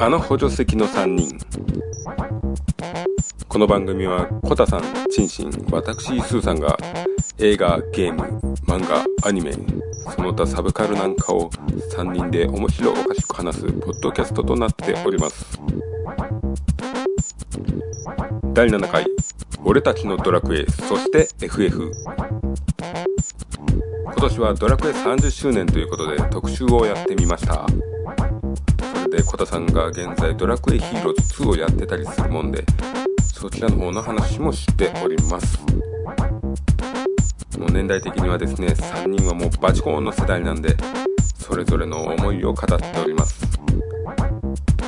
あの補助席の3人この番組はコタさんチンシン私スーさんが映画ゲーム漫画アニメその他サブカルなんかを3人で面白おかしく話すポッドキャストとなっております第7回「俺たちのドラクエ」そして FF 今年はドラクエ30周年ということで特集をやってみましたそれでコタさんが現在ドラクエヒーローズ2をやってたりするもんでそちらの方の話もしておりますもう年代的にはですね3人はもうバチコーンの世代なんでそれぞれの思いを語っております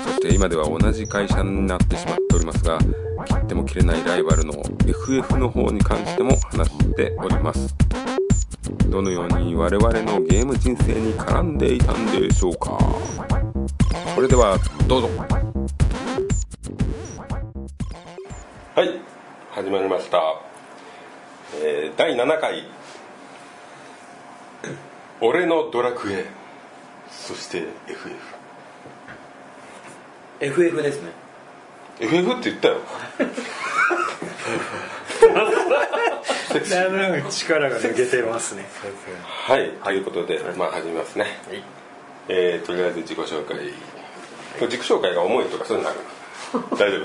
そして今では同じ会社になってしまっておりますが切っても切れないライバルの FF の方に関しても話しておりますどのように我々のゲーム人生に絡んでいたんでしょうかそれではどうぞはい始まりました、えー第7回「俺のドラクエ」そして FF FF ですね FF って言ったよなんか力が抜けてますねはい、ということで、まあ始めますね、えーとりあえず自己紹介自己紹介が重いとかそういうのある大丈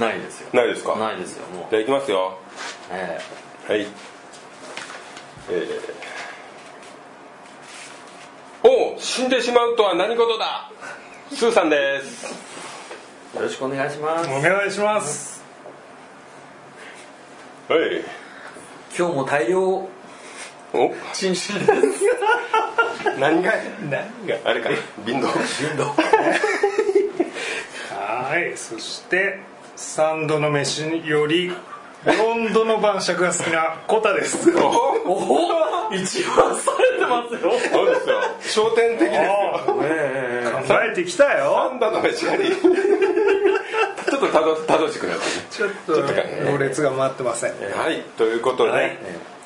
ないですよ夫 ないですかないですよもうじゃあいきますよえはい。えー、おう死んでしまうとは何事だスーさんです。えよろしくお願いしますお願いしますはい。今日も大量お陳進です何があれか、貧 乏。運動はいそして三度の飯より4度の晩酌が好きなコタですおおお一番されてますよそうですよ。焦点的ですよ。考えええてきたよパンダの飯やり。 ちょっとたどたどしくなってちょっと行列が回ってませんね。はい、ということで、ねはい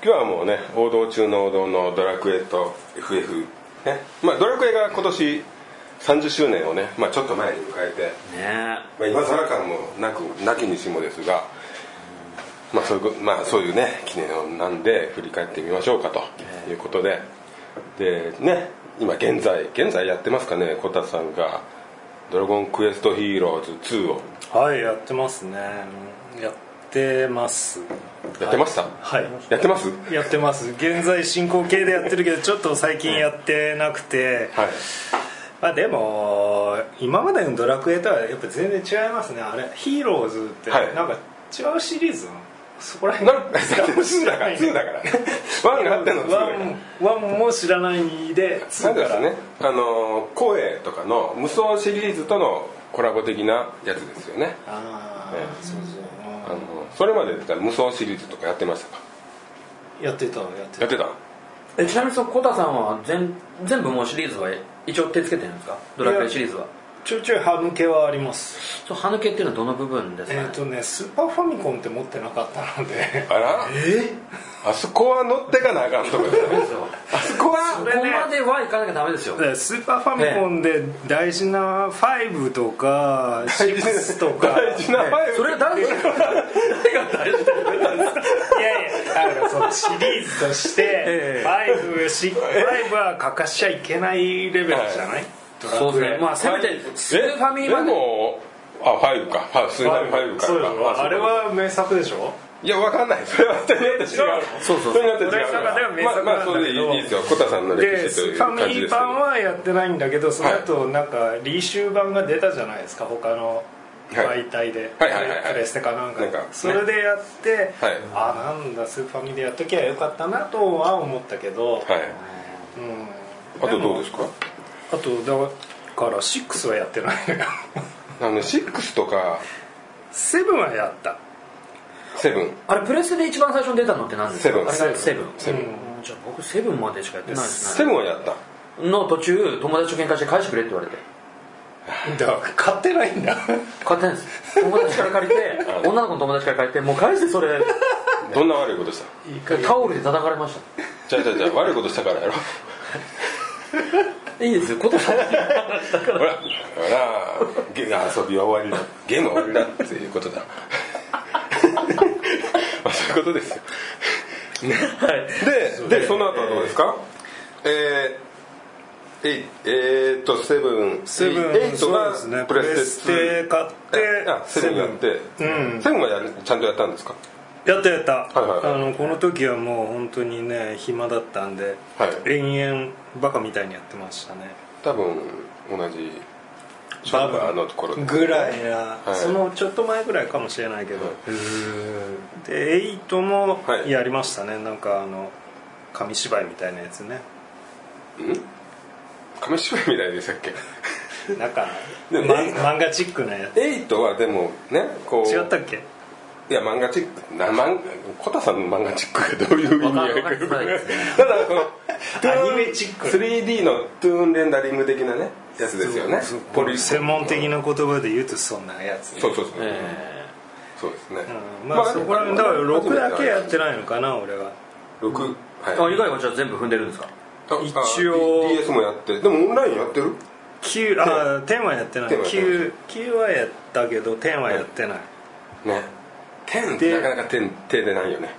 今日はもうね、王道中の王道のドラクエと FF、ね。まあドラクエが今年30周年をね、まあちょっと前に迎えて、ねまあ、今更感もなくなきにしもですが、まあそういうこまあ、そういうね記念をなんで振り返ってみましょうかということで、でね今現在現在やってますかねコタさんが「ドラゴンクエストヒーローズ2」をはいやってますねやってますやってました、はいやってますやってます現在進行形でやってるけどちょっと最近やってなくてはいまあでも今までの「ドラクエ」とはやっぱ全然違いますねあれ「ヒーローズ」ってはいなんか違うシリーズのそこら辺なん2だから2だからね1があっての2だワからンワンも知らないでツそうーかですらねあの光栄とかの無双シリーズとのコラボ的なやつですよねあねあそうあそうのそれまでだったら無双シリーズとかやってましたかうんやってたやってたやってたえちなみにそのコタさんは全全部もうシリーズは一応手つけてるんですかドラクエシリーズはちょいちょい歯抜けはありますちょ歯抜けっていうのはどの部分ですえっ、か、ねとねスーパーファミコンって持ってなかったのであらえあそこは乗ってかなあかんとこだ よねですよあそここはれねこまではいかなきゃダメですよスーパーファミコンで大事な5とか6とか大事なファイそれは誰が誰が大事だよいやいやあのそのシリーズとしてええ5し5は欠かしちゃいけないレベルじゃないドラクエそうですねまあせめてスーファミえまででもあファイブかファイブスーファミファイブかそうよあそうあれは名作でしょいやわかんないそれは人によって違うそうそう人によって違う俺の中では名作まあまあなんそだれでけどいいですよコタさんの歴で史とスいうーフ感ァじミでリすけーど版はやってないんだけどその後なんかリーシュー版が出たじゃないですか他の媒体で、はいはいはいはいプレステかなんかでなんかねそれでやって、はいあなんだスーファミでやっときゃよかったなとは思ったけど、はいうんあとどうですかあとだから6はやってないのよ あの6とか7はやった7あれプレステで一番最初に出たのって何ですかセブンあれがセブンセブンうんじゃあ僕セブンまでしかやってないですセねブンはやったの途中友達と喧嘩して返してくれって言われてだから買ってないんだ買ってないです 友達から借りて女の子の友達から借りてもう返してそれどんな悪いことしたいいかタオルで叩かれましたじゃあじゃあじゃあ悪いことしたからやろいいですよ、ことさん。ほらほらゲ遊びは終わりだゲームは終わりだっていうことだ まあそういうことですよででその後はどうですかえー、えいえーっとセブンセブエイントそうがですねププレレスステテ2買ってあセブンやってうんセブンはやるちゃんとやったんですかやったやった、いはいはいあのこの時はもう本当にね暇だったんで、はい延々バカみたいにやってましたね多分同じバブあのところぐらいな、はいそのちょっと前ぐらいかもしれないけど、で8もはいやりましたね、なんかあの紙芝居みたいなやつね紙芝居みたいでしたっけなんか、でま、も漫画チックなやエイトはでもねこうつ違ったっけいや漫画チックな漫コタさんの漫画チックがどういう意味合いかよくわかんないわかんないただこのトゥーンアニメチック 3D のトゥーンレンダリング的なねやつですよねそうポリ専門的な言葉で言うとそんなやつねそうそうそう、えそうですね、うんまあそこら辺だから6だけやってないのかな俺は六えは あ、い以外はじゃあ全部踏んでるんですかあ一応あ DS もやってでもオンラインやってる9あー10はやってない10はやってな9い9はやったけど10はやってない、ね10ってでなかなか10手でないよね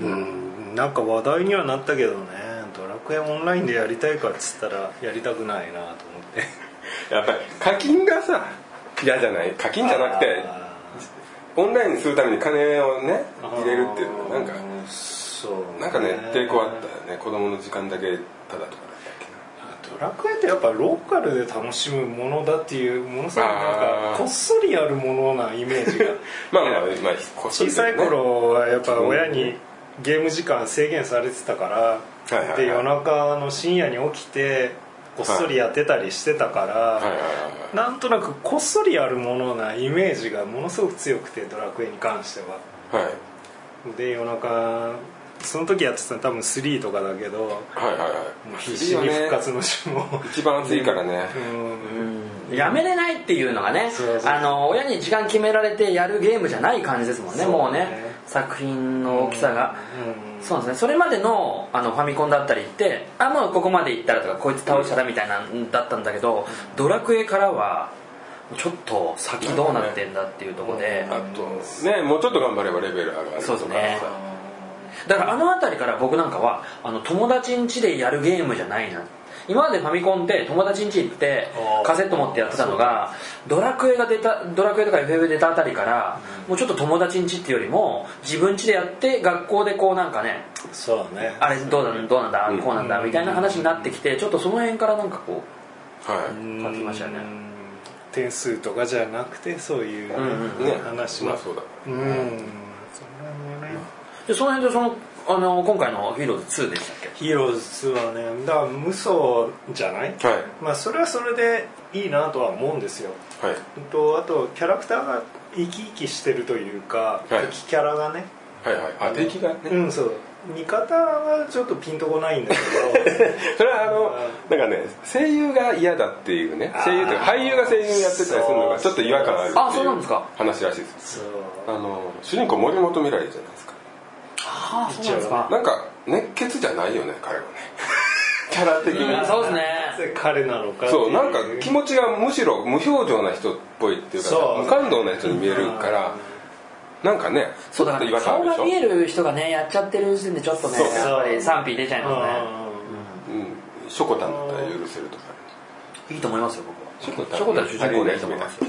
うんなんか話題にはなったけどねドラクエオンラインでやりたいかっつったらやりたくないなと思ってやっぱり課金がさ嫌じゃない課金じゃなくてあオンラインにするために金をねー入れるっていうのはなんかうんそうなんかね抵抗あったよね子供の時間だけただとかだったっけなドラクエってやっぱローカルで楽しむものだっていうものすごいなんあかーこっそりあるものなイメージがまあまあまあこっ 小そりださよいね頃はやっぱ親にゲーム時間制限されてたから、いはいはいで夜中の深夜に起きてこっそりやってたりしてたから、はいはいはいなんとなくこっそりあるものなイメージがものすごく強くてドラクエに関してははいで夜中その時やってたの多分3とかだけどもはいはいはうい必死に復活の呪文 一番熱いからねうんやめれないっていうのがねそうそうあの親に時間決められてやるゲームじゃない感じですもんねそうねもうね作品の大きさが、うんそうなんですねそれまでのあのファミコンだったりってあもうここまで行ったらとかこいつ倒したらみたいなんだったんだけど、ドラクエからはちょっと先どうなってんだっていうところで、あとねもうちょっと頑張ればレベル上がるとかそうですねさだからあの辺りから僕なんかはあの友達ん家でやるゲームじゃないな今までファミコンって友達ん家行ってあーカセット持ってやってたのがドラクエが出たドラクエとか FF 出たあたりからもうちょっと友達ん家っていうよりも自分家でやって学校でこうなんかねそうだねあれどうなんどうなんだこうなんだみたいな話になってきてちょっとその辺からなんかこはう感じましたよねうん点数とかじゃなくてそういうね、うんいね話まあもそうだうんそれもねでその辺でそのあの今回の「ヒーローズ2」でしたっけヒーローズはねだから無双じゃないはいまあそれはそれでいいなとは思うんですよはいうんとあとキャラクターが生き生きしてるというか、はい敵キャラがねはいはいあ敵がねうんそう味方はちょっとピンとこないんだけ どそれはあのなんかね声優が嫌だっていうね声優というかあー俳優が声優やってたりするのがちょっと違和感あるっていあそうなんですか話らしいですそうあの主人公森本未来じゃないですかああそううなんですかなんか熱血じゃないよね彼はね キャラ的にそうですねなぜ彼なのかっていそうなんか気持ちがむしろ無表情な人っぽいっていうかさそう無感動な人に見えるからなんかねそうだちょっとか違和ら感あるでしょ顔が見える人がねやっちゃってる時点でちょっとねそうやっぱり賛否出ちゃいまうんショコタンだったら許せるとかすねいいと思いますよ僕はショコタンショコタン主人公でいいと思いますよ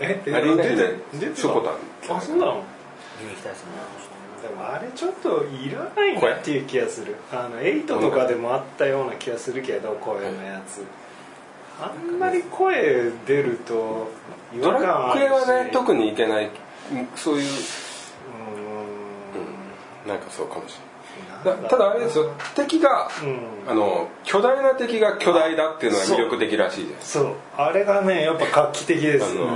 えあれ以外で出てたショコタンあそうなの見に行きたいですねでもあれちょっといらないなっていう気がするあのエイトとかでもあったような気がするけど声のやつあんまり声出ると違ド和ラ感あクるしエはね特にいけないそういううなんかそうかもしーれんないだただあれですよ敵がうんあの巨大な敵が巨大だっていうのが魅力的らしいですそうあれがねやっぱ画期的であすねの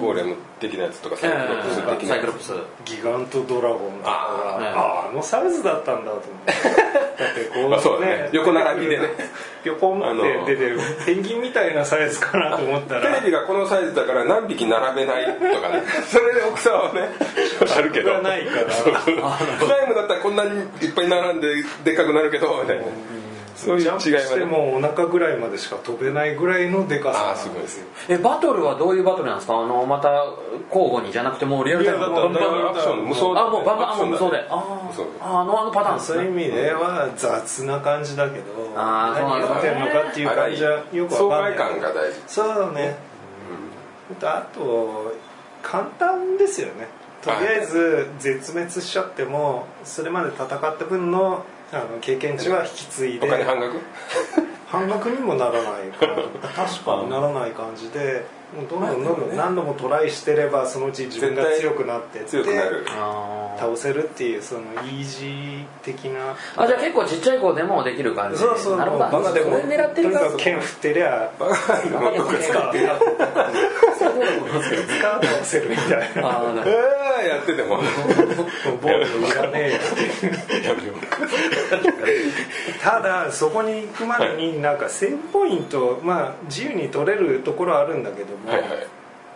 ゴーレム的なやつとかサイクロプス的なやつサイクロプスギガントドラゴンとかあーあーあのサイズだったんだと思って だってこう、まあそうだね横並びでね横まで出てるペンギンみたいなサイズかなと思ったテら レビがこのサイズだから何匹並べないと かねそれで奥さんはねあるけどがないからそうそうスライムだったらこんなにいっぱい並んででっかくなるけどみたいなそういう違いジャンプまでしてもお腹ぐらいまでしか飛べないぐらいのでかあさーすなごんいですよえバトルはどういうバトルなんですかあのまた交互にじゃなくてもうリアルタイいムやだからだからアクション無双あもうバンバンあアクショもうン無だ双であー無双でああのあのパターンですそういうね意味では雑な感じだけどあーそうなん何やだってんのかっていう感じはよく爽わか快んない感が大事そうね、あと簡単ですよねとりあえず絶滅しちゃってもそれまで戦った分のあの経験値は引き継いおで金半額半額にもならないから 確かにならない感じでもうどんどんどんどん何度もトライしてればそのうち自分が絶対強くなってって強くなるあー倒せるっていうそのイージー的なあじゃあ結構ちっちゃい子でもできる感じそうそうなるほどもうバカでもそれ狙ってるからとにかく剣振ってりゃバカのとこ使使って使うとせるみたいなあーなるほど あーやっててももうボールいらねえよやめよただそこに行くまでになんか1000ポイント、まあ、自由に取れるところはあるんだけどうも、はいはい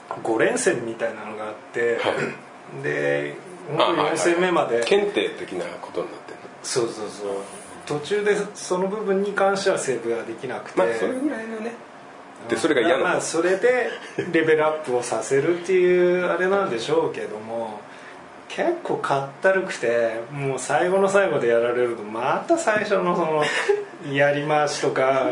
5連戦みたいなのがあって、で本当あはいにはい4戦目まで、検定的なことになってるそうそうそう途中でその部分に関してはセーブができなくて、まあそれぐらいのねでそれがま嫌あまなあそれでレベルアップをさせるっていうあれなんでしょうけども結構かったるくてもう最後の最後でやられるとまた最初のそのやり回しとか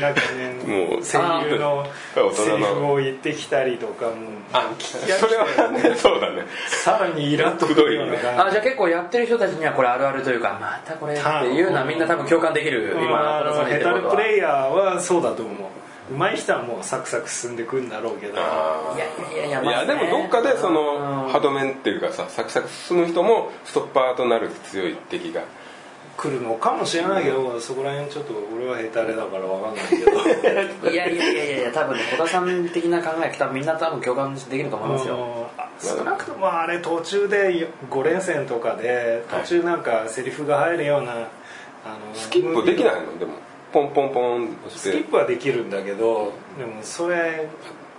なんかねもう声優のあーセリフを言ってきたりとかもあき飽きそてれはね そうだねさらにイラッとくるようなくどいあ感じゃあ結構やってる人たちにはこれあるあるというかまたこれっていうのはみんな多分共感できるじ今まああ中田さのんが言っヘてるタこルとはプレイヤーはそうだと思う上手い人はもうサクサク進んでくんだろうけどあいやいやいやいまあやねでもどっかでそうんの歯止めっていうかさサクサク進む人もストッパーとなる強い敵が来るのかもしれないけどそこら辺ちょっと俺はヘタレだからわかんない けどいやいやいやいやいや多分ね小田さん的な考え多分みんな多分共感できると思いますよあ少なくともあれ途中で5連戦とかではい途中なんかセリフが入るような、あのスキップできいないのでもポンポンポン押スしキてップはできるんだけどでもそれ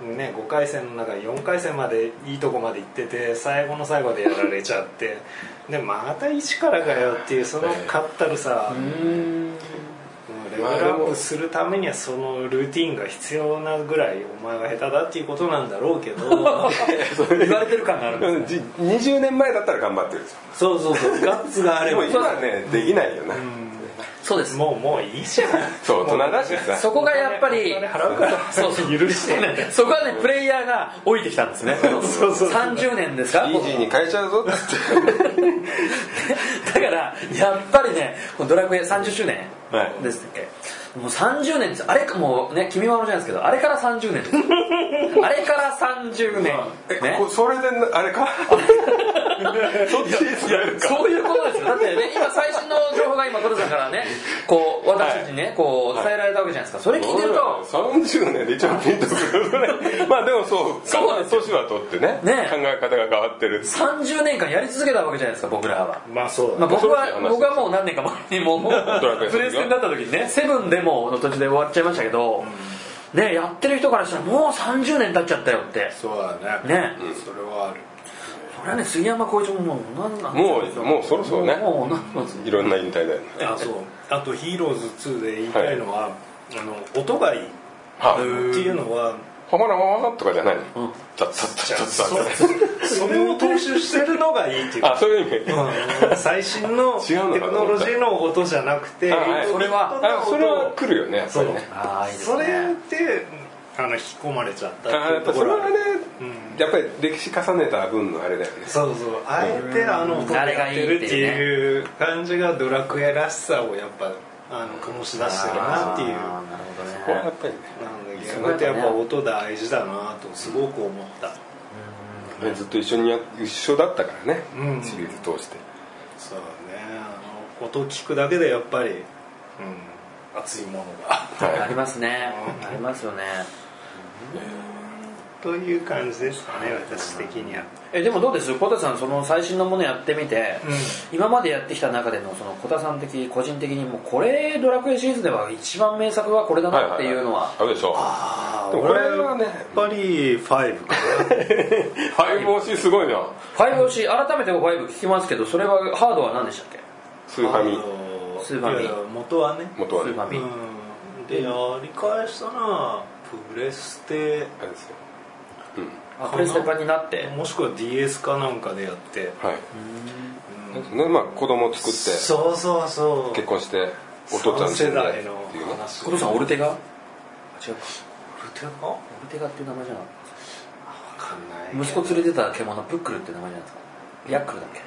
ね5回戦の中4回戦までいいとこまで行ってて最後の最後でやられちゃってでまた一からかよっていうそのかったるさ、うーんレベルアップするためにはそのルーティンが必要なぐらいお前は下手だっていうことなんだろうけ ど言われてる感があるんですうんじ20年前だったら頑張ってるんですよそうそうそうガッツがあでれもば今ねできないよなそうですもうもういいじゃんそう大人だしさそこがやっぱりお金払うからそうそう許してね そこはねプレイヤーが老いてきたんですねそうそう30年ですかイージーに変えちゃうぞっつっ だからやっぱりねこのドラクエ30周年はいですっけ、もう30年ですあれかもうね君はあのじゃないですけどあれから30年ですあれから30年てえねこそれであれかそっちにするか そういうことですよだってね今最新の情報が今トルさんからねこう私たちにねこう伝えられたわけじゃないですかそれ聞いてると30年で一番ピンとくるぐらいまあでもそうかそうですよ年は取ってねね考え方が変わってる30年間やり続けたわけじゃないですか僕らはまあそうまあ、だね僕はそうですね僕はもう何年か前にももうラクエプレステになった時にね「セブンでもの途中で終わっちゃいましたけど、ねやってる人からしたらもう30年経っちゃったよってそうだねねうんそれはあるそれはね杉山浩一ももう何なんもうもうそろそろねもう何なんですいろんな引退だよねあそうあと「ヒーローズ2で言いたいのは、あの音がいいってはいうのはほらほらとかじゃないのうんザッザッザッザッそザッそれを踏襲してるのがいいっていうかあそういう意味うん最新の違テうのかなクノロジーの音じゃなくてあはいそれはあそれは来るよねやっぱそうりねああいいですそれねであの引き込まれちゃったあっていやうっとぱこそれろはあねるやっぱり歴史重ねた分のあれだよねそうそうあえてあの音あがれやがっいているってっていいう感じがドラクエらしさをやっぱあの醸し出してるなっていうなあーなるこほれはどやねっぱりねのでゲームってやっぱ音大事だなとすごく思ったねずっと一緒にや一緒だったからね、うんシリーズ通してそうだねあの音聞くだけでやっぱりうん熱いものが ありますねありますよねという感じですかね私的にはえでもどうです小田さんその最新のものやってみて、う今までやってきた中でのその小田さん的個人的にもうこれドラクエシリーズでは一番名作はこれだなっていうのはあるでしょあでもこれはねやっぱり5かな配合しすごいな5押し改めて5聞きますけどそれはハードは何でしたっけスーファミあのスーファミいや元はね元はねスーファあミうんでやり返したなプレステれですようあプレステ版になってもしくは DS かなんかでやって、んはいうんねまあ子供作ってそうそうそう結婚してお父ちゃん死んで三世代のっていうね話お父さんオルテガあ違うかルテガわオルテガっていう名前じゃなかっかんないたけど息子連れてた獣プックルって名前じゃないですかヤックルだっけ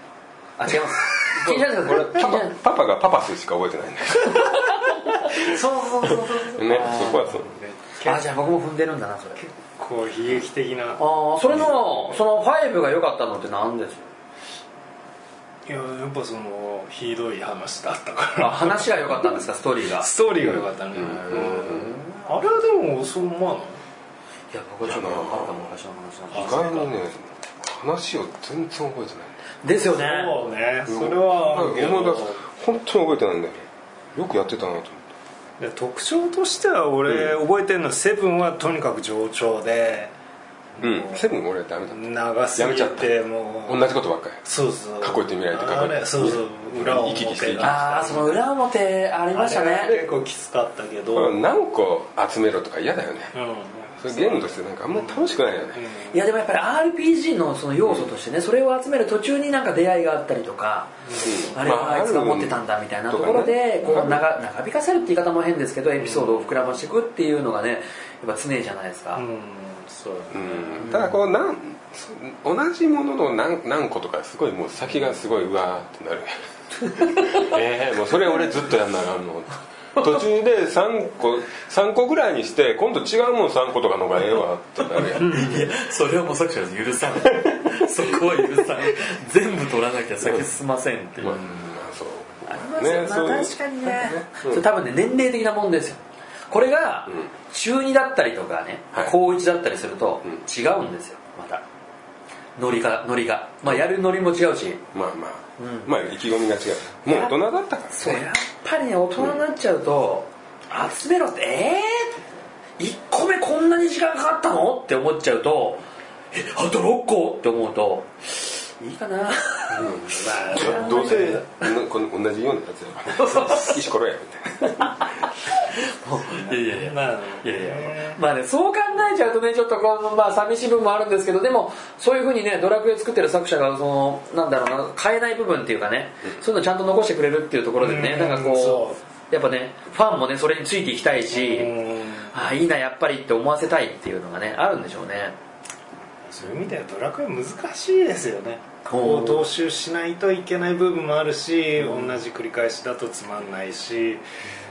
あ違い ます聞いてないですかこれ聞いてパないパパパがパパスしか覚えてないんだそうそうそうそうけどねそこはそうあじゃあ僕も踏んでるんだなそれ結構悲劇的なああそれのその5が良かったのって何です いややっぱそのひどい話だったかあら話が良かったんですかストーリーがストーリーが良かったね、うんあれはでもそう思わないいや僕はちょっと分かった昔の話意なん外でにね話を全然覚えてないですよねそうねうんそれはあるけ思い出すど本当に覚えてないんだよねよくやってたなと思ってで特徴としては俺覚えてるのはセブンはとにかく冗長でうんセブン俺ダメだっ長すぎやめちてもたう同じことばっかりそうそう過去行って未来って過去行ってあれそうそう裏行き来し表て行き来ああその裏表ありましたあれはね結構きつかったけど、こうれん何個集めろとか嫌だよねそれゲームとしてなんかあんまり楽しくないよねいやでもやっぱり RPG のその要素としてねそれを集める途中になんか出会いがあったりとかあれまはあいつが持ってたんだみたいなところでとこかうね長長引かせるって言い方も変ですけどエピソードを膨らましていくっていうのがねやっぱ常じゃないですか、うん、そううんただこうなんそ同じものの何何個とかすごいもう先がすごいうわーってなる ええもうそれ俺ずっとやんなあかんの途中で3個三個ぐらいにして今度違うもん3個とかの方がええわってなるやんいや それはもう作者が許さないそこは許さない全部取らなきゃ先進ませんっていう、まあ、まあそうありますねそうよねいう確かにねそれ多分ね年齢的なもんですよこれが中2だったりとかね、はい高1だったりするとうん違うんですよまたノリがノリがまあやるノリも違うしまあまあ、まあ意気込みが違うもう大人だったからそうやっぱりね大人になっちゃうと集めろってえー、1個目こんなに時間かかったのって思っちゃうとえあと6個って思うといいかなまあ どうせなこの同じようなやつやから石ころやみたいないやいやいやまあいやいやまあね、そう考えちゃうとねちょっとこう、まあ、寂しい部分もあるんですけどでもそういうふうにねドラクエ作ってる作者がそのなんだろうな変えない部分っていうかねそういうのちゃんと残してくれるっていうところでねうなんんかこそうやっぱねファンもねそれについていきたいしうんああいいなやっぱりって思わせたいっていうのがねあるんでしょうねそういう意味ではドラクエ難しいですよねこう踏襲しないといけない部分もあるし、同じ繰り返しだとつまんないし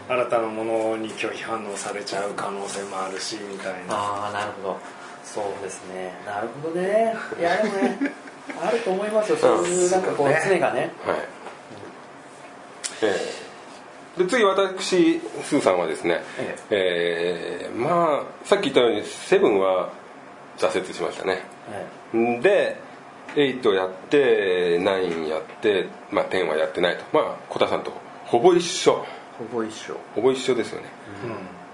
新たなものに拒否反応されちゃう可能性もあるしみたいなああなるほどそうですねなるほどねいやでもね あると思いますよそういうなんかこう常がねはい、ええで次私スーさんはですね、えええまあさっき言ったようにセブンは挫折しましたねんで8やって9やって、まあ、10はやってないとまあコタさんとほぼ一緒ほぼ一緒ほぼ一緒ですよね、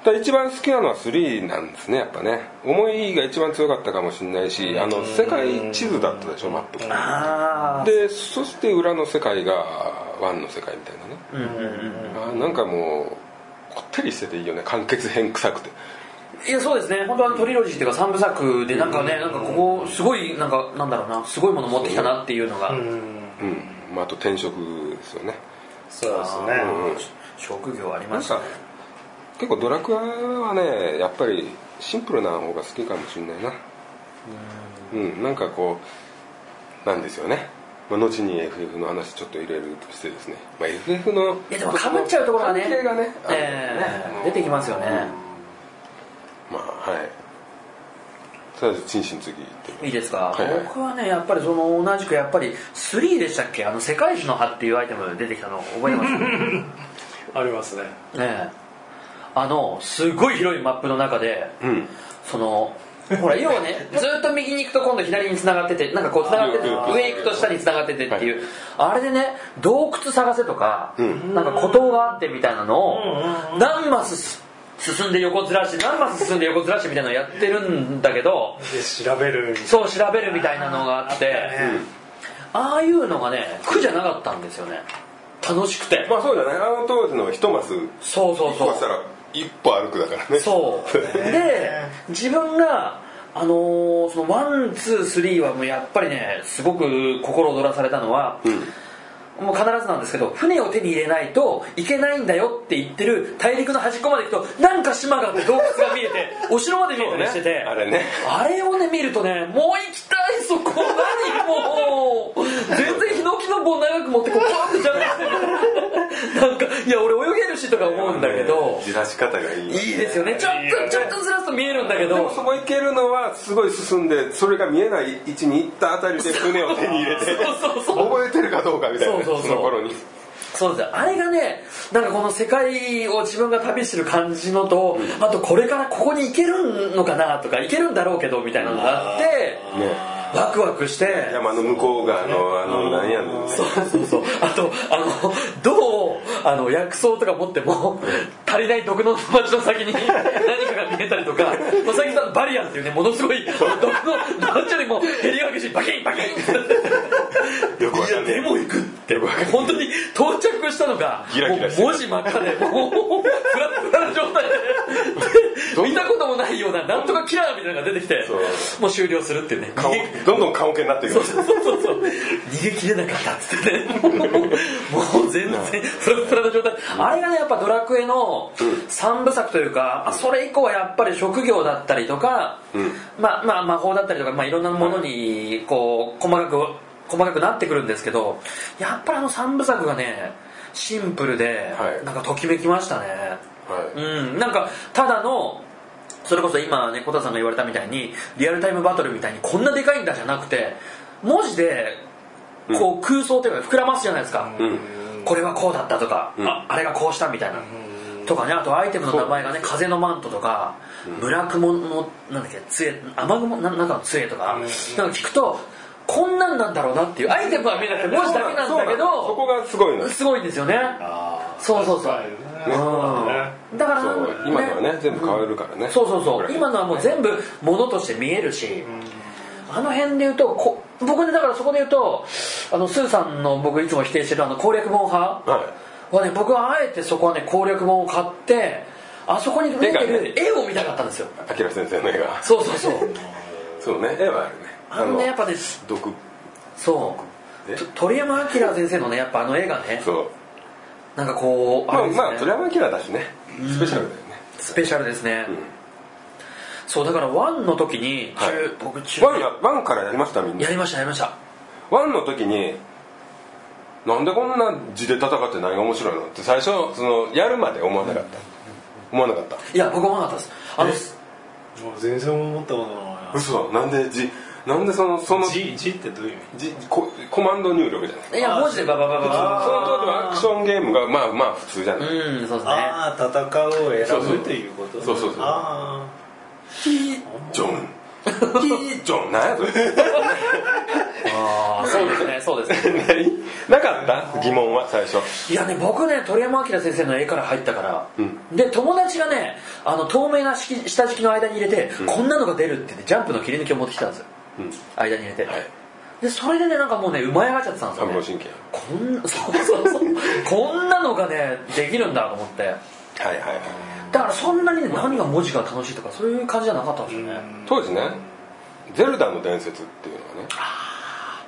だから一番好きなのは3なんですねやっぱね思いが一番強かったかもしれないしあの世界地図だったでしょマップああでそして裏の世界が1の世界みたいなね、うんうんうんあーなんかもうこってりしてていいよね完結編臭くていやそうですね本当あのトリロジーっていうか三部作でなんかね、なんかここすごいなんかなんだろうなすごいもの持ってきたなっていうのが、うん、うん、まあ、あと転職ですよねそうですねあー職業ありなまんしたかね結構ドラクエはねやっぱりシンプルな方が好きかもしれないなうんなんかこうなんですよね、まあ、後に FF の話ちょっと入れるとしてですね、まあ、FF のいやでもかぶっちゃうところがね関係がねあるんだよねええ出てきますよね、まあはいとりあえず陳氏に次行ってみよいいですか、はいはい僕はねやっぱりその同じくやっぱり3でしたっけあの世界史の葉っていうアイテム出てきたの覚えてますねありますねえあのすごい広いマップの中でううんそのほら要はねずっと右に行くと今度左に繋がっててなんかこう繋がっててあー上行くと下に繋がっててっていう、あれでね洞窟探せとか、んなんか孤島があってみたいなのをうんうん何マス進んで横ずらして何マス進んで横ずらしてみたいなのやってるんだけどで調べるみたいなそう調べるみたいなのがあってねああいうのがね苦じゃなかったんですよね楽しくてまあそうだねあの当時の一マスそうそうそう壊したら一歩歩くだからねそうで自分があのーそのワンツースリーはもうやっぱりねすごく心躍らされたのは、もう必ずなんですけど船を手に入れないといけないんだよって言ってる大陸の端っこまで行くとなんか島があって洞窟が見えてお城まで見えたりしててあれねあれをね見るとねもう行きたいそこ何もう全然ヒノキの棒長く持ってこうパーってジャンプしてるなんかいや俺泳げるしとか思うんだけどじらし方がいいいいですよねちょっとちょっとずらすと見えるんだけでどもそこ行けるのはすごい進んでそれが見えない位置に行ったあた りで船を手に入れてそうそうそう覚えてるかどうかみたいなねそうそうそうの頃にそうですよあれがねなんかこの世界を自分が旅してる感じのと、あとこれからここに行けるのかなとか行けるんだろうけどみたいなのがあってワクワクして山の向こう側のあのなんやねんそうそうそうあとあのどうあの薬草とか持っても足りない毒の町の先に何かが見えたりとかまさきさんのバリアンっていうねものすごい毒の町よりもヘリワクしバキンバキンってよくわかんないやでも行くって本当に到着したのがギラギラしてるもう文字真っ赤でもうフラフラの状態でで見たこともないようななんとかキラーみたいなのが出てきてそうもう終了するっていうね顔どんどん顔系になっていくそうそうそうそう逃げ切れなかったっつってねもうもう全然フラフラな状態あれがねやっぱドラクエの三部作というか、あそれ以降はやっぱり職業だったりとか、まあまあ魔法だったりとか、まあ、いろんなものにこう細かく細かくなってくるんですけどやっぱりあの三部作がねシンプルで、はいなんかときめきましたね、はいうん、なんかただのそれこそ今ね小田さんが言われたみたいにリアルタイムバトルみたいにこんなでかいんだじゃなくて文字でこう空想というか膨らますじゃないですか、これはこうだったとか、ああれがこうしたみたいな、とかねあとアイテムの名前がね風のマントとか、村雲のなんだっけ杖雨雲ななんかの杖とか、なんか聞くとこんなんなんだろうなっていうアイテムは見えなくて文字だけなんだけそどこがすごいのすごいんですよねそうそうそううんだからそなんう今のはね全部変えるからねそうそうそう今のはもう全部ものとして見えるし、あの辺で言うとこ僕ねだからそこで言うとあのスーさんの僕いつも否定してるあの攻略本派ははね僕はあえてそこはね攻略本を買ってあそこに見えてる絵を見たかったんですよい明先生の絵がそうそうそうそうね絵はあるね あのねやっぱね毒そうえと鳥山明先生のねやっぱあの絵がねそうなんかこうまああれですねまあ鳥山明だしねスペシャルだよねスペシャルですね、んそうだからワンの時に中、はい僕中ワンやワンからやりましたみんなやりましたやりましたワンの時になんでこんな字で戦って何が面白いのって最初そのやるまで思わなかった思わなかったいや僕思わなかったですあのもう全然思ったことない嘘なんで字なんでそのそのな字字ってどういう意味じココマンド入力じゃないいや文字でババババそのバ当時はアクションゲームがまあまあ普通じゃない、うんそうですねああ戦うを選ぶということそうそうそうあジョンキージョンなんやそれあーそうですねそうですね何なかった疑問は最初いやね僕ね鳥山明先生の絵から入ったから、んで友達がねあの透明な敷下敷きの間に入れて、こんなのが出るってねジャンプの切り抜きを持ってきたんですよ、ん間に入れて、いでそれでねなんかもうね馬上がっちゃってたんですよ、三郎神経ね、こんそうそうそうこんなのがねできるんだと思ってはいはいはいだからそんなにね何が文字が楽しいとかそういう感じじゃなかったんですよね、当時ね「ゼルダの伝説」っていうのがね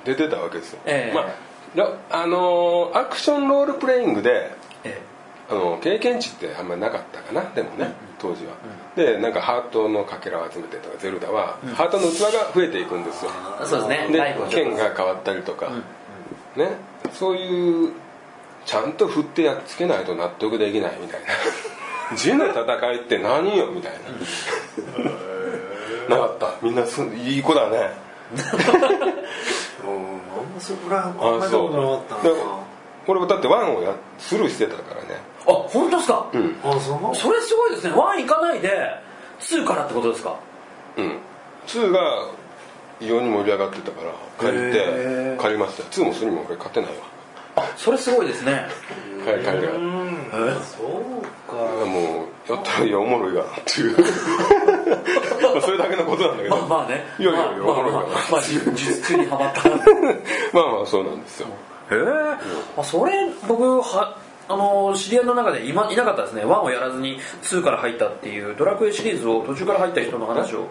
出てたわけですよ、ええまあいやあのーアクションロールプレイングでえあの経験値ってあんまりなかったかなでもね、当時は、でなんかハートのかけらを集めてとかゼルダは、ハートの器が増えていくんですよえそうですねライでブをちょっと剣が変わったりとか、ねそういうちゃんと振ってやっつけないと納得できないみたいな地の戦いって何よみたいななかったみんなすいい子だねあうんあんまそこら辺考あえたそこうとなかっでたなこれだってワンをやスルーしてたからねあ本当ですか、あそうそれすごいですねワン行かないで2からってことですかうん2が異様に盛り上がってたから借りて借りました2も3も俺勝てないわそれすごいですね借り借りがうんそうかもうやったらいやおもろいがなっていうまあそれだけのことなんだけどまあまあねいやいやいや まあまあまおもあろいかなまあ術中にはまったまあまあそうなんですよえあそれ僕はあの知り合いの中で今いなかったですね1をやらずに2から入ったっていうドラクエシリーズを途中から入った人の話を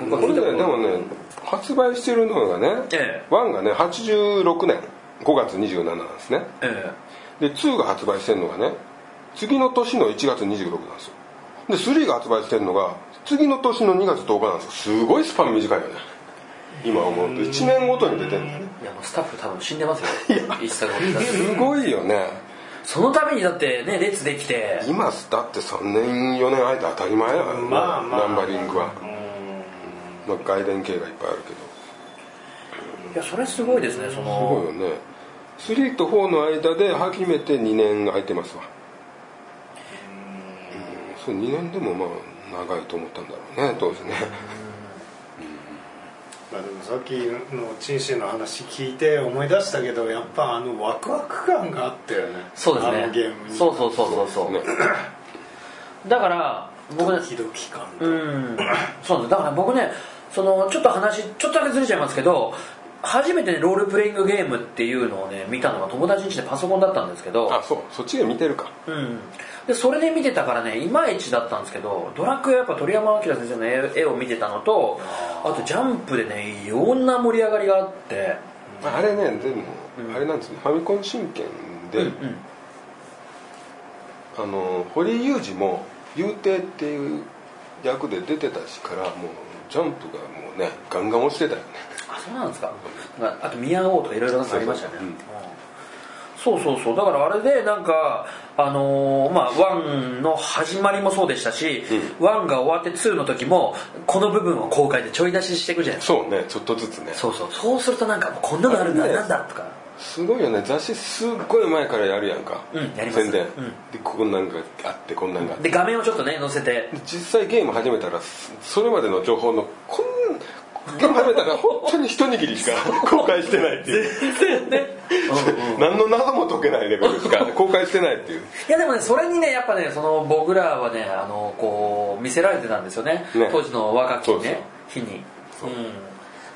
僕はこ聞れいたこねとでもね発売してるのがね、ええ1がね86年5月27なんですねえで2が発売してるのがね次の年の1月26なんですよで3が発売してるのが次の年の2月10日なんですよすごいスパン短いよね今思うと1年ごとに出てるんだねえいやもうスタッフ多分死んでますよ一作もすごいよねそのためにだってね列できて今だって3年4年会えて当たり前だからね、まあまあナンバリングは、まあ、外伝系がいっぱいあるけどいやそれすごいですねすそごいのよね3と4の間で初めて2年空いてますわうんそう2年でもまあ長いと思ったんだろうね当時ね まあ、でもさっきの陳氏の話聞いて思い出したけどやっぱあのワクワク感があったよねそうですあのゲームねにそうそうそうそうそうねだから僕ねドキドキ感うと、んそうなんですだから僕ねそのちょっと話ちょっとだけずれちゃいますけど初めてねロールプレイングゲームっていうのをね見たのが友達ん家でパソコンだったんですけどあそうそっちで見てるかうん、でそれで見てたからねいまいちだったんですけどドラクエはやっぱ鳥山明先生の絵絵を見てたのとあとジャンプでねいろんな盛り上がりがあってあれねでもあれなんですねファミコン神剣で、うんあの堀井雄二も幽帝っていう役で出てたしからもうジャンプがもうねガンガン落ちてたよねあそうなんですかなんかあと宮王とかいろいろなんかありましたよねそうそうそうそうそうだからあれでなんかあのーまあ1の始まりもそうでしたし、1が終わって2の時もこの部分を公開でちょい出ししていくじゃないですか そうねちょっとずつねそうそうそうするとなんかもうこんなのあるんだ、あれねなんだとかすごいよね雑誌すっごい前からやるやんか、うんやります宣伝、うんでこんなんがあってこんなんがあってで画面をちょっとね載せ て実際ゲーム始めたらそそれまでの情報のこんゲーム始めたら本当に一握りしか公開してないって いう何の謎も解けないレベルし か公開してないっていういやでもねそれにねやっぱねその僕らはねあのこう見せられてたんですよねね当時の若きそうね日にそううん、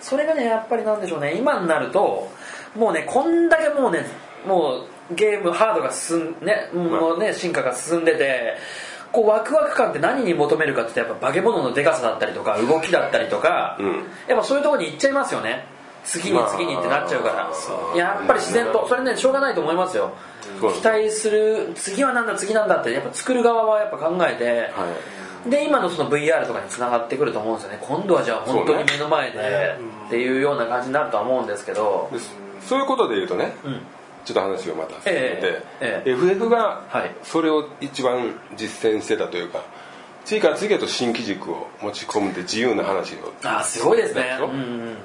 それがねやっぱりなんでしょうね今になるともうねこんだけもうねもうゲームハードが進んね、もうね進化が進んでてこうワクワク感って何に求めるかって言ったらやっぱ化け物のデカさだったりとか動きだったりとか、うんやっぱそういうところに行っちゃいますよね次に次にってなっちゃうから、やっぱり自然とそれねしょうがないと思いますよ、そう期待する次はなんだ次なんだってやっぱ作る側はやっぱ考えて、はで今のその VR とかにつながってくると思うんですよね今度はじゃあ本当に目の前で、っていうような感じになるとは思うんですけどいでそそういうことで言うとね、んちょっと話をまた進めてえ、えええ FF がはいそれを一番実践してたというか次から次へと新機軸を持ち込んで自由な話をあーすごいですねそううんうん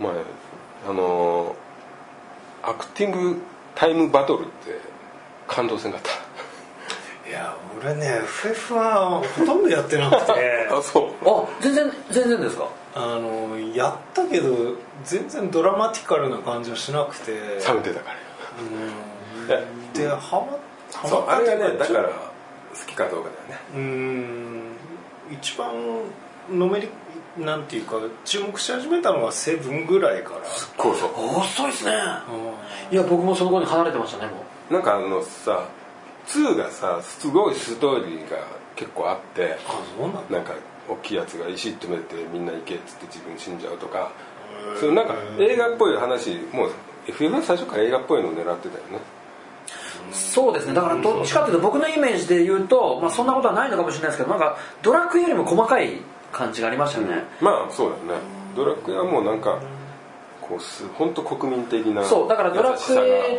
まああのーアクティブタイムバトルって感動せんかっいや俺ね FF はほとんどやってなくて たあそうあ全然全然ですかあのやったけど全然ドラマティカルな感じはしなくて冷めてたからうんいやでハマハそうマあったれとがいうねだちょから好きかどうかだよねうん一番のめりなんていうか注目し始めたのはセブンぐらいからこうそう遅いですねういや僕もその後に離れてましたねもうなんかあのさ2がさすごいストーリーが結構あってあそうなんだなんか大きいやつが石止めてみんな行けっつって自分死んじゃうとかそういうなんか映画っぽい話もう FF は最初から映画っぽいのを狙ってたよねそうですねだからどっちかっていうと僕のイメージで言うと、まあ、そんなことはないのかもしれないですけどなんかドラクエよりも細かい感じがありましたよね、まあそうだよねドラクエはもうなんかこうす本当国民的なそうだからドラクエ優しさ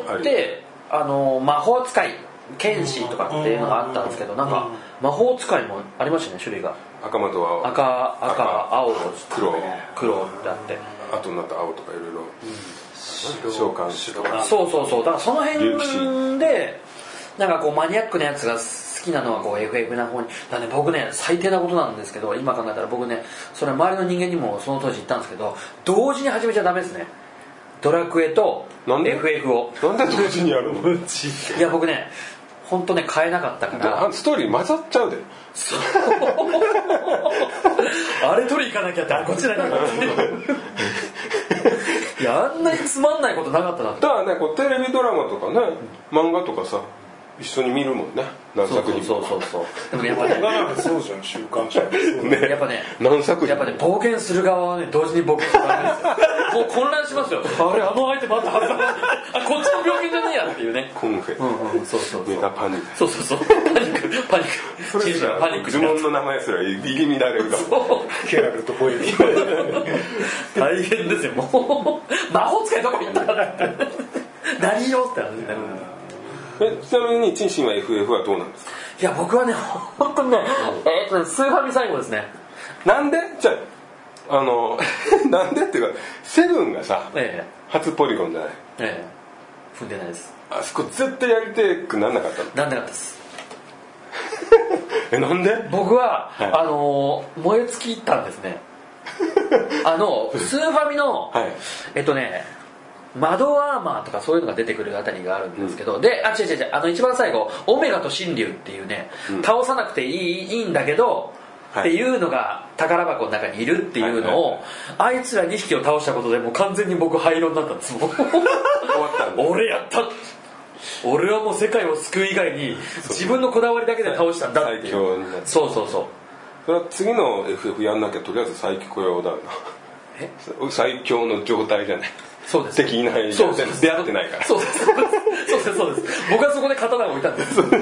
があっるてあの魔法使い剣士とかっていうのがあったんですけどなんか魔法使いもありましたね種類が赤間と青赤赤赤青黒黒ってあってあとなんか青とかいろいろ召喚士とかそうそうそうだからその辺竜騎でなんかこうマニアックなやつが好きなのはこう FF な方にだね僕ね最低なことなんですけど今考えたら僕ねそれ周りの人間にもその当時言ったんですけど同時に始めちゃダメですねドラクエとなんで FF をなんで同時にやるのいや僕ね本当ね買えなかったから あストーリー混ざっちゃうであれ取り行かなきゃってあこっちだないやあんなにつまんないことなかったなってだからねこうテレビドラマとかね漫画とかさ一緒に見るもんね何そう作そう品そうもそうそうでもねやっぱねだからそうじゃん週刊 誌ねやっぱね何作品やっぱね冒険する側はね同時に冒険する側ですよ もう混乱しますよあれあの相手待ったはずだあこっちの病気じゃねえやっていうねコンフェ、うんうんそうそうそメうタパニックそうそうそうパニックパニックそれすらパニック呪文の名前すら入り乱れるかもケラルとホイール大変ですよもう魔法使いどこ行ったかなって何色って話になるえちなみにチンシンは FF はどうなんですかいや僕はね本当にねえーっとねスーファミ最後ですねなんでじゃああの なんでっていうかセブンがさえ初ポリゴンじゃないえええ踏んでないですあそこ絶対やりてくなんなかったのなんでなかったですえなんで僕は、はいあのー燃え尽きたんです ねあのスーファミの、はいえっとね窓アーマーとかそういうのが出てくるあたりがあるんですけど、であ違う違う違うあの一番最後オメガと神竜っていうね、倒さなくていいいいんだけど、はいっていうのが宝箱の中にいるっていうのを、あいつら2匹を倒したことでもう完全に僕灰色になったんですもう終わったんだ 俺やった俺はもう世界を救う以外に自分のこだわりだけで倒したんだってい最強になうるそうそうそうそれは次の FF やんなきゃとりあえず最強だよな 最強の状態じゃないそうです敵いないそうです出会ってないからそうですそうですそうですそうです僕はそこで刀を置いたんです僕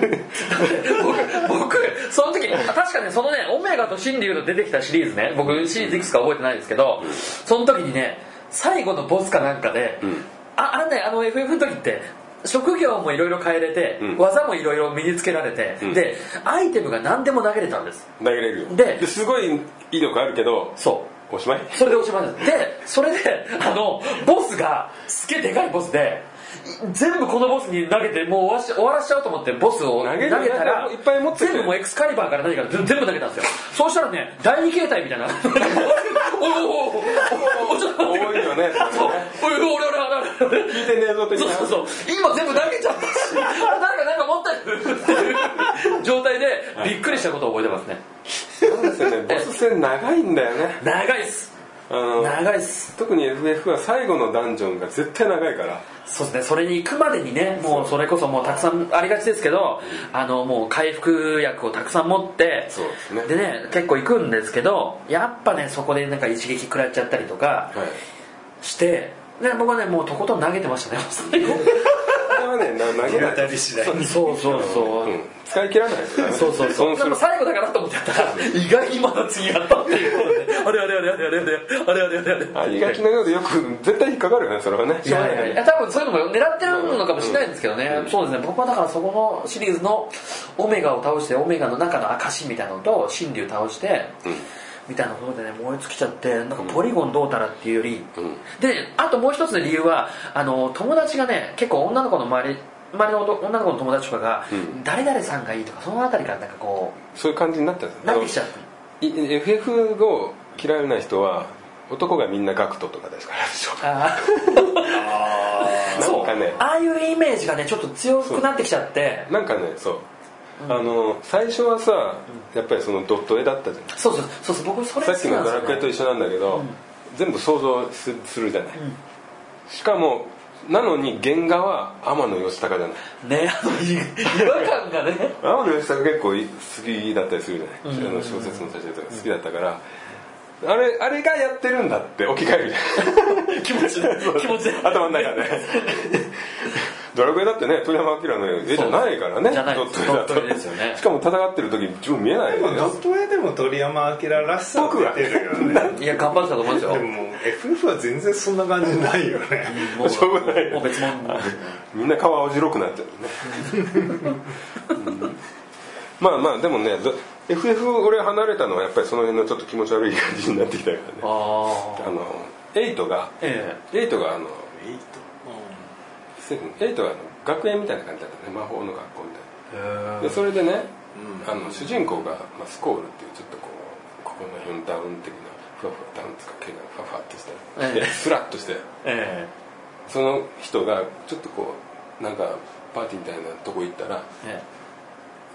僕その時確かねそのねオメガと神竜の出てきたシリーズね僕シリーズいくつか覚えてないですけどその時にね最後のボスかなんかで、ああれねあの FF の時って職業もいろいろ変えれて、うん技もいろいろ身につけられて、んでアイテムが何でも投げれたんです投げれるよですごい威力あるけどそうおしまいそれでおしまいなんですでそれであのボスがすげえでかいボスで全部このボスに投げてもう終わし終わらしちゃおうと思ってボスを投投げるげたら投げるいっぱい持ってて全部もうエクスカリバーから何から全全部投げたんですよそうしたらね第二形態みたいなおいおいおいおいおいおいちょっと多待いってくれよね そうおいおい俺俺俺俺聞いてねえぞ的そなうそうそう今全部投げちゃったし誰か何か持ってるっていう状態でびっくりしたことを覚えてますねそうですよねボス戦長いんだよね長いっすあの長いっす特に FF は最後のダンジョンが絶対長いからそうですねそれに行くまでにねもうそれこそもうたくさんありがちですけどあのもう回復薬をたくさん持ってそうですねでね結構行くんですけどやっぱねそこでなんか一撃食らっちゃったりとかはいして、ね、僕はねもうとことん投げてましたねあれはねな投げないたり次第そうそうそう、うん使い切らないですからねそうそうそ損すうでるも最後だからと思ってやったら意外にまだ次やったっていうことであれあれあれあれあれあれあれあれあれあれありがちなようでよく絶対引っかかるよねそれはねいやいやいや多分そういうのも狙ってるのかもしれないんですけどね、そうですね僕はだからそこのシリーズのオメガを倒してオメガの中の証みたいなのと神竜倒して、みたいなことでね燃え尽きちゃってなんかポリゴンどうたらっていうより、んでねあともう一つの理由はあの友達がね結構女の子の周り周りの男女の子の友達とかが、ん誰々さんがいいとかそのあたりからなんかこそういう感じになったんですう慣れてきちゃってい FF を嫌いな人は男がみんなガクトとかですからでしょああ そうなんかねああいうイメージがねちょっと強くなってきちゃってなんかねそう、あの最初はさやっぱりそのドット絵だったじゃんそうそうそうそう僕それさ好っききなのんドラですクエよ、とね、一緒なんだけど、全部想像すするじゃない、しかもなのに原画は天野義高じゃないねあのい違和感がね天野義高結構好きだったりするじゃない、あの小説の最初とか好きだったから、あれあれがやってるんだって置き換える気持ち 気持ちじゃん頭の中で ドラクエだってね鳥山明の絵じゃないからねそうじゃないドット絵だとドット絵ですよねしかも戦ってる時自分見えないでよもねドット絵でも鳥山明らしさ出てるよねいや頑張ってたと思うんですでよももう FF は全然そんな感じないよねもうしょうがないもう別物みんな顔青白くなっちゃうね、うんまあまあでもねど FF 俺離れたのはやっぱりその辺のちょっと気持ち悪い感じになってきたからねあああの8がえ8があのセブン8があの学園みたいな感じだったね魔法の学校みたいなえへでそれでね、あの主人公が、まあ、スコールっていうちょっとこうここの辺ダウン的なふわふわダウンつか毛がふわふわっとした、ええでスラッとしてえその人がちょっとこうなんかパーティーみたいなとこ行ったらええ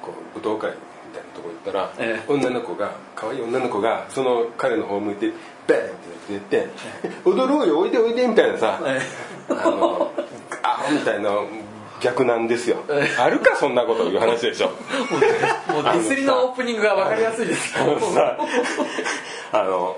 こう舞踏会みたいなとこ行ったら、ええ女の子が可愛い女の子がその彼の方向いてバーンってやってやって「踊ろうよおいでおいで」みたいなさ、えあのアホみたいな逆なんですよ、あるかそんなこという話でしょもうディスりのオープニングが分かりやすいですあのさあの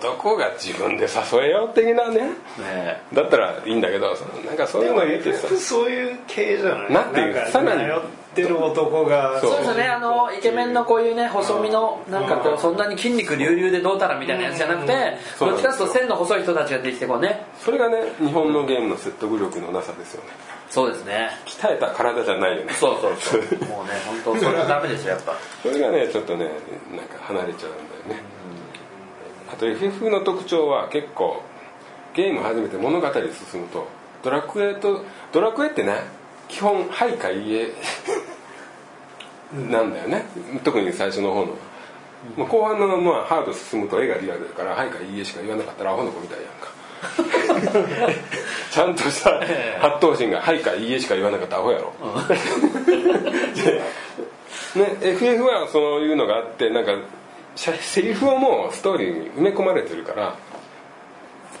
男が自分で誘えよう的なねねだったらいいんだけどそのなんかそういうでもの言ってさ結局そういう系じゃないなんていうかさらに迷ってる男がそうそうですよねあのイケメンのこういうね細身のなんかこうそんなに筋肉隆々でどうたらみたいなやつじゃなくてうんどっちかというと線の細い人たちができてこうねそれがね日本のゲームの説得力のなさですよねそうですね鍛えた体じゃないよねそうそうそうもうね本当それはダメですよやっ ぱそれがねちょっとねなんか離れちゃうんだよねあと FF の特徴は結構ゲーム始めて物語進むとドラクエとドラクエってね基本「はい」か「いいえ」なんだよね特に最初の方の、まあ、後半の、まあ、ハード進むと絵がリアルだから「はい」か「いいえ」しか言わなかったらアホの子みたいやんか ちゃんとした八頭身が「はい」か「いいえ」しか言わなかったらアホやろね、FF はそういうのがあってなんかしゃセリフをもうストーリーに埋め込まれてるから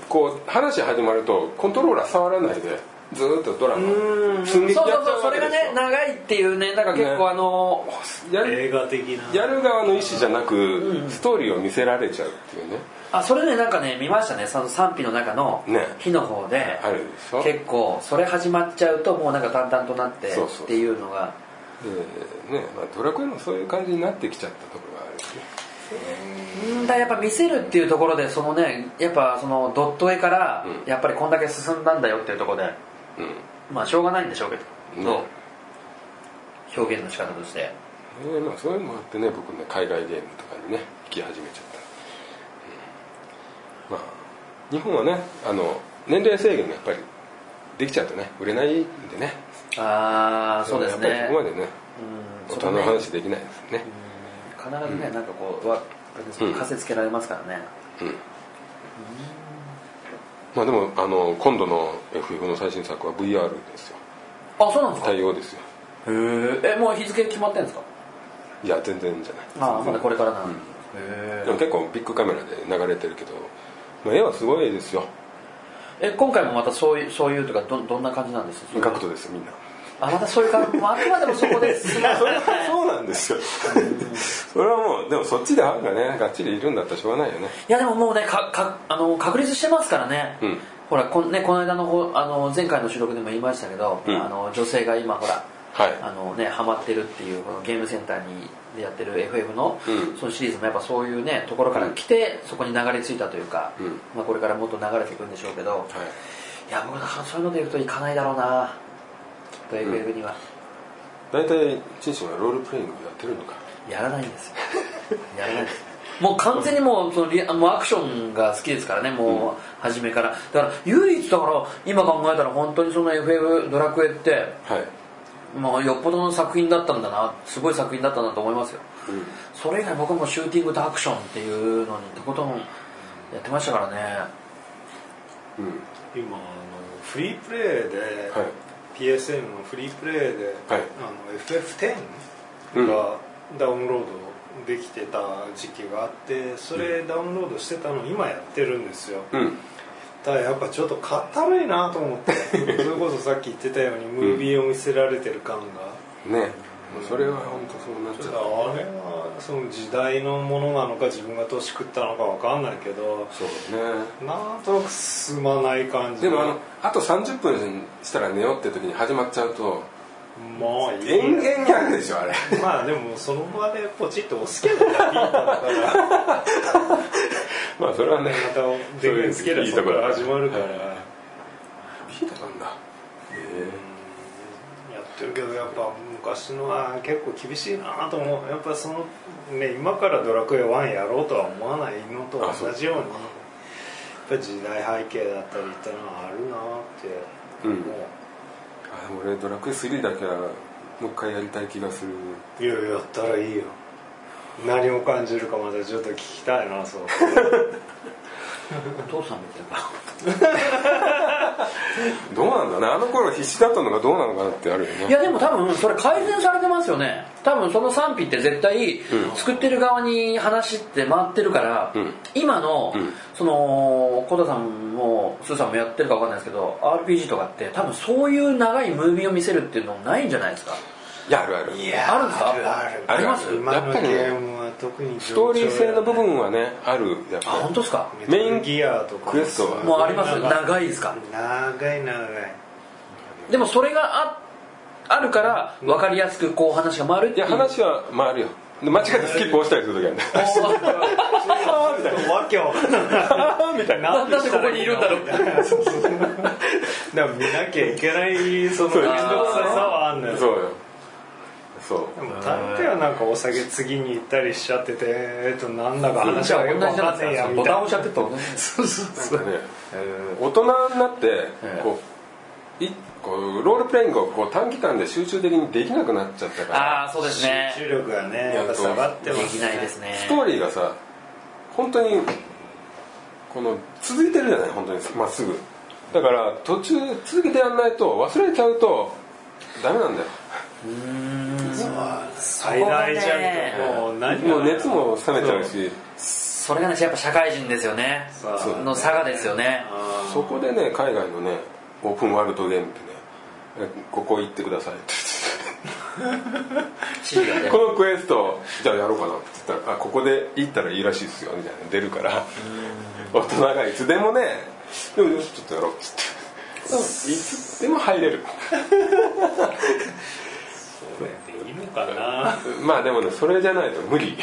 こう話始まるとコントローラー触らないでずーっとドラマ積んでいっちそゃうそうそううわそけれでがね長いっていうねだから結ね構あのすよやる映画的なやる側の意思じゃなくストーリーを見せられちゃうっていうねあそれねなんかね見ましたねその賛否の中のね火の方で、あるでしょ結構それ始まっちゃうともうなんか淡々となってそうそうそうっていうのがでねまあ、ドラクエもそういう感じになってきちゃったところがあるしねうんだからやっぱ見せるっていうところでそのねやっぱそのドット絵からうんやっぱりこんだけ進んだんだよっていうところでうんまあしょうがないんでしょうけど、ね表現の仕方としてえまあ、そういうのもあってね僕ね海外ゲームとかにね行き始めちゃった、うんまあ日本はねあの年齢制限がやっぱりできちゃうとね売れないんでねああそうですやっぱねりそこまでねう大んそこ人ねの話できないですねうん必ずねなんかこうわうん仮説つけられますからね、うん、まあでもあの今度の FF の最新作は VR ですよあそうなんですかへ対応ですよええもう日付決まってんですかいや全然じゃないああまだこれからなんだ、でも結構ビッグカメラで流れてるけど、まあ、絵はすごいですよえ今回もまたそういうそういうとかどどんな感じなんです角度ですみんなあまたそういう感じもうあくまでもそ こですそれは そうなんですよそれはもうでもそっちで会うがねがっちりいるんだったらしょうがないよねいやでももうねかかあの確立してますからね、うんほらこ,、ね、この間のほあの前回の収録でも言いましたけど、うんあの女性が今ほらはいあのねハマってるっていうこのゲームセンターにでやってる FF の、うんそのシリーズもやっぱそういうねところから来て、そこに流れ着いたというか、うんまあ、これからもっと流れていくんでしょうけど、い、はいや僕そういうので言うと行かないだろうなきっと FF には、大体チンシンはロールプレイングやってるのかやらないん ですよやらないですもう完全にもうそのリアもうアクションが好きですからねもう初めからだから唯一だから今考えたら本当にその FF ドラクエってはい、もうよっぽどの作品だったんだなすごい作品だったんだと思いますよそれ以外僕はもうシューティングとアクションっていうのにとことんやってましたからねうん今あのフリープレイで、はい PSM のフリープレイで、はいあの FF10 がダウンロードできてた時期があってそれダウンロードしてたの今やってるんですよ、うんただやっぱちょっと硬いなと思ってそれこそさっき言ってたようにムービーを見せられてる感が、ねそれは本当そうなっちちょゃっとうあれはその時代のものなのか自分が年食ったのかわかんないけどそうねなんとなく進まない感じでもあのあと30分したら寝ようって時に始まっちゃうとまあいいや延々にあるでしょあれまあでもその場でポチッと押すけばいいんだからまあそれはねまた電源つければそこから始まるからや聞いたんだってるけどやっぱ昔のは結構厳しいなと思うやっぱそのね今から「ドラクエ1」やろうとは思わないのと同じようにやっぱ時代背景だったりってのはあるなって思う、あでも俺ドラクエ3だけはもう一回やりたい気がするいややったらいいよ何を感じるかまたちょっと聞きたいなそうお父さんみたいなどうなんだねあの頃必死だったのがどうなのかなってあるよいねやでも多分それ改善されてますよね多分その賛否って絶対作ってる側に話って回ってるから、ん今の、んそのコタさんもスーさんもやってるか分かんないですけど RPG とかって多分そういう長いムービーを見せるっていうのもないんじゃないですかいやあるあるいやあるんですかあるあるあります今やっのぱゲりねームは特にストーリー性の部分はねあるやっあぱ本当ですかメインギアとかクエストはもうあります長い長いですか長い長いでもそれがああるから分かりやすくこう話が回るっりいていうや 話はまああるよで間違ってスキップ押したりする時あるねあーみたいなわけをみたいななんでここにいるん だろううそうそうだから見なきゃいけないその面倒くささはあんのよ そうよそうでも探偵はなんかお酒次に行ったりしちゃっててえっとなんだか話じゃはあよ同く分じじゃかなんいねえですやかみボたいタなン押しちゃってたもんねそうそうそなうんかね大人になってええこういこうロールプレイングをこう短期間で集中的にできなくなっちゃったからああそうですね重力がねやっぱ下がってでますきないですねストーリーがさ本当にこの続いてるじゃない本当にまっすぐだから途中続けてやんないと忘れちゃうとダメなんだよ最大じゃんともう何もう熱も冷めちゃうしそれがねやっぱ社会人ですよねそうそうの差がですよねあそこでね海外のねオープンワールドゲームってねここ行ってくださいって指示がねこのクエストじゃあやろうかなって言ったらあここで行ったらいいらしいですよみたいなの出るから大人がいつでもねでもよしちょっとやろうっつってでもいつでも入れるーいいのかなまあでもねそれじゃないと無理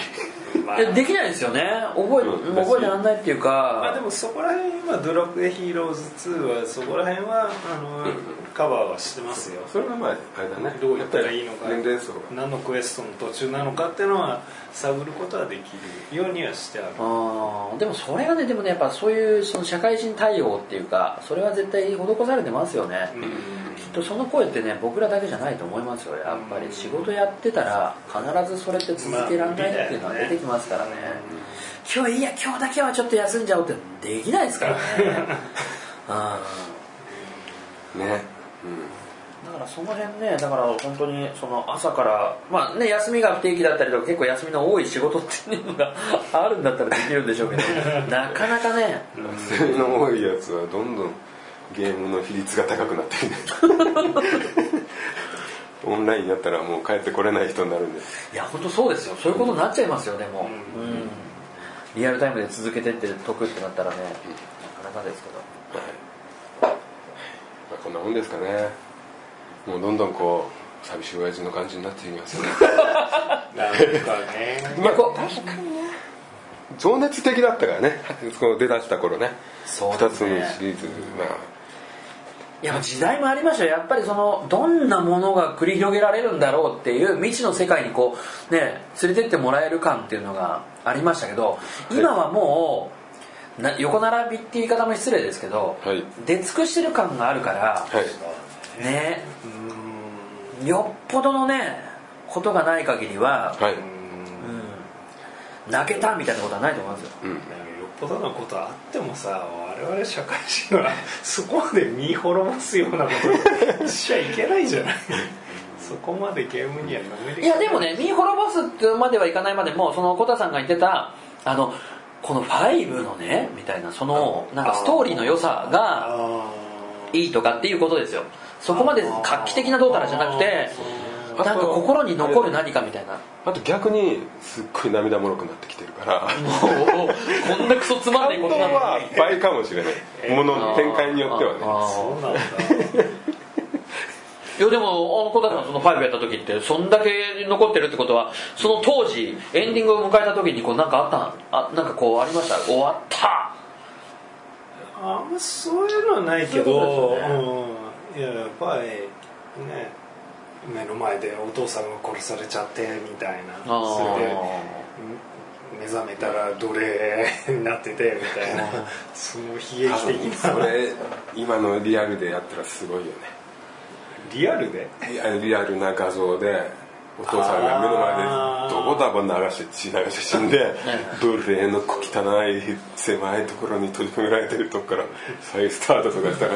まあいやできないですよね覚うんえ覚えてらんないっていうまあでかもそこら辺は「ドラクエヒーローズ2」はそこら辺はあのカバーはしてますよそれはまああれだねどうやったらいいのかやっぱり年齢層が何のクエストの途中なのかっていうのは探ることはできるようにはしてあるあーでもそれがねでもねやっぱそういうその社会人対応っていうかそれは絶対施されてますよね、うんきっとその声ってね僕らだけじゃないと思いますよやっぱり仕事やってたら必ずそれって続けられないっていうのは出てきますからね,、今日いいや今日だけはちょっと休んじゃおうってできないですからねうんねだからその辺ねだから本当にその朝からまあね休みが不定期だったりとか結構休みの多い仕事っていうのがあるんだったらできるんでしょう けどなかなかねそれの多いやつはどんどんゲームの比率が高くなってる オンラインやったらもう帰ってこれない人になるんでいや本当そうですよそういうことになっちゃいますよねもう、うんリアルタイムで続けてって得ってなったらねなかなかですけどまあ、こんなもんですかねもうどんどんこう寂しい親父の感じになっていきますねなんかね まあ確かにね情熱的だったからねこの出だした頃ねそう2でつすねのシリーズまいや時代もありましたよやっぱりそのどんなものが繰り広げられるんだろうっていう未知の世界にこうね連れてってもらえる感っていうのがありましたけど今はもうな横並びっていう言い方も失礼ですけど、はい出尽くしてる感があるからあ、はいねよっぽどのねことがない限りは、はいうん泣けたみたいなことはないと思いますようんなんかよっぽどのことあってもさ我々社会人はそこまで身滅ぼすようなこと しちゃいけないじゃないそこまでゲームにはのめり込いやでもね身滅ぼすってまではいかないまでもそのコタさんが言ってたあのこの5のねみたいなそのなんかストーリーの良さがあいいとかっていうことですよそこまで画期的などうたらじゃなくてあーなんか心に残る何かみたいなあと逆にすっごい涙もろくなってきてる からもうこんなクソつまんねえ本こと当なのは倍かもしれないものの展開によってはねあそうなんだ いやでもあの小田さんその5やった時ってそんだけ残ってるってことはその当時エンディングを迎えた時にこうなんかあったあなんかこうありました終わったあんまそういうのはないけそうどいううんいややっぱりね目の前でお父さんが殺されちゃってみたいなあーそれで目覚めたら奴隷になっててみたいなその悲劇的そなれ今のリアルでやったらすごいよねリアルでリアルな画像でお父さんが目の前でドボダボ流して血流して死んでブルーレイの小汚い狭いところに閉じ込められてるとこから再スタートとかし たら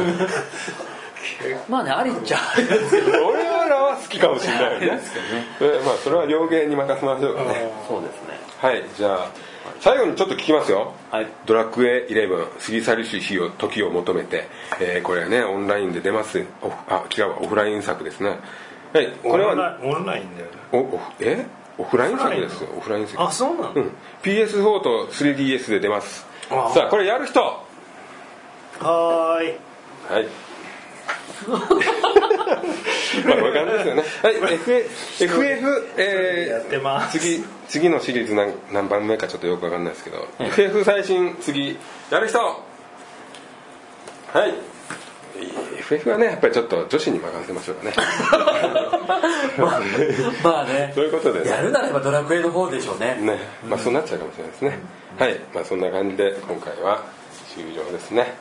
まあねありっちゃあり俺らは好きかもしれないよねですけどねえまあそれは両芸に任せましょうかねそうですねはいじゃあ最後にちょっと聞きますよはいドラクエ11過ぎ去りし日を時を求めて、えーこれはねオンラインで出ますオフあ違うわオフライン作ですねはいこれオンはラインオンラインだよねおおえオフライン作ですよオフライン作あそうなの、うん、PS4 と 3DS で出ますあーさあこれやる人ははーいい まあこういう感じですよねはい FF, FF やっえてまー、す次次のシリーズ何何番目かちょっとよくわかんないですけど、FF 最新次やる人はい FF はねやっぱりちょっと女子に任せましょ うかねまあねということでねやるならばドラクエの方でしょうねね、まあそうなっちゃうかもしれないですね、はいまあそんな感じで今回は終了ですね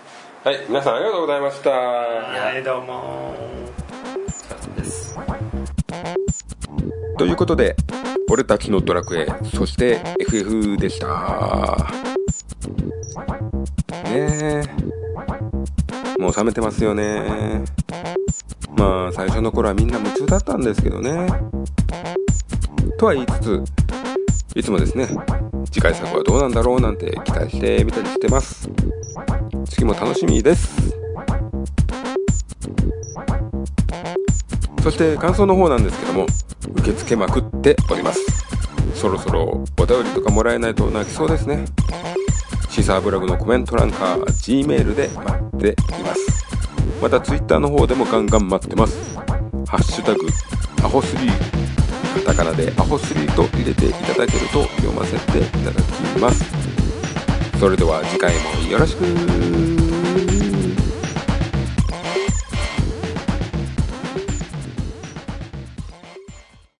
はい皆さんありがとうございましたはいどうもーということで俺たちのドラクエそして FF でしたねえもう冷めてますよねまあ最初の頃はみんな夢中だったんですけどねとは言いつついつもですね次回作はどうなんだろうなんて期待してみたりしてます次も楽しみですそして感想の方なんですけども受け付けまくっておりますそろそろお便りとかもらえないと泣きそうですねシーサーブログのコメント欄か G メールで待っていますまた Twitter の方でもガンガン待ってますハッシュタグアホスリーカタカナでアホスリーと入れていただけると読ませていただきますそれでは次回もよろしく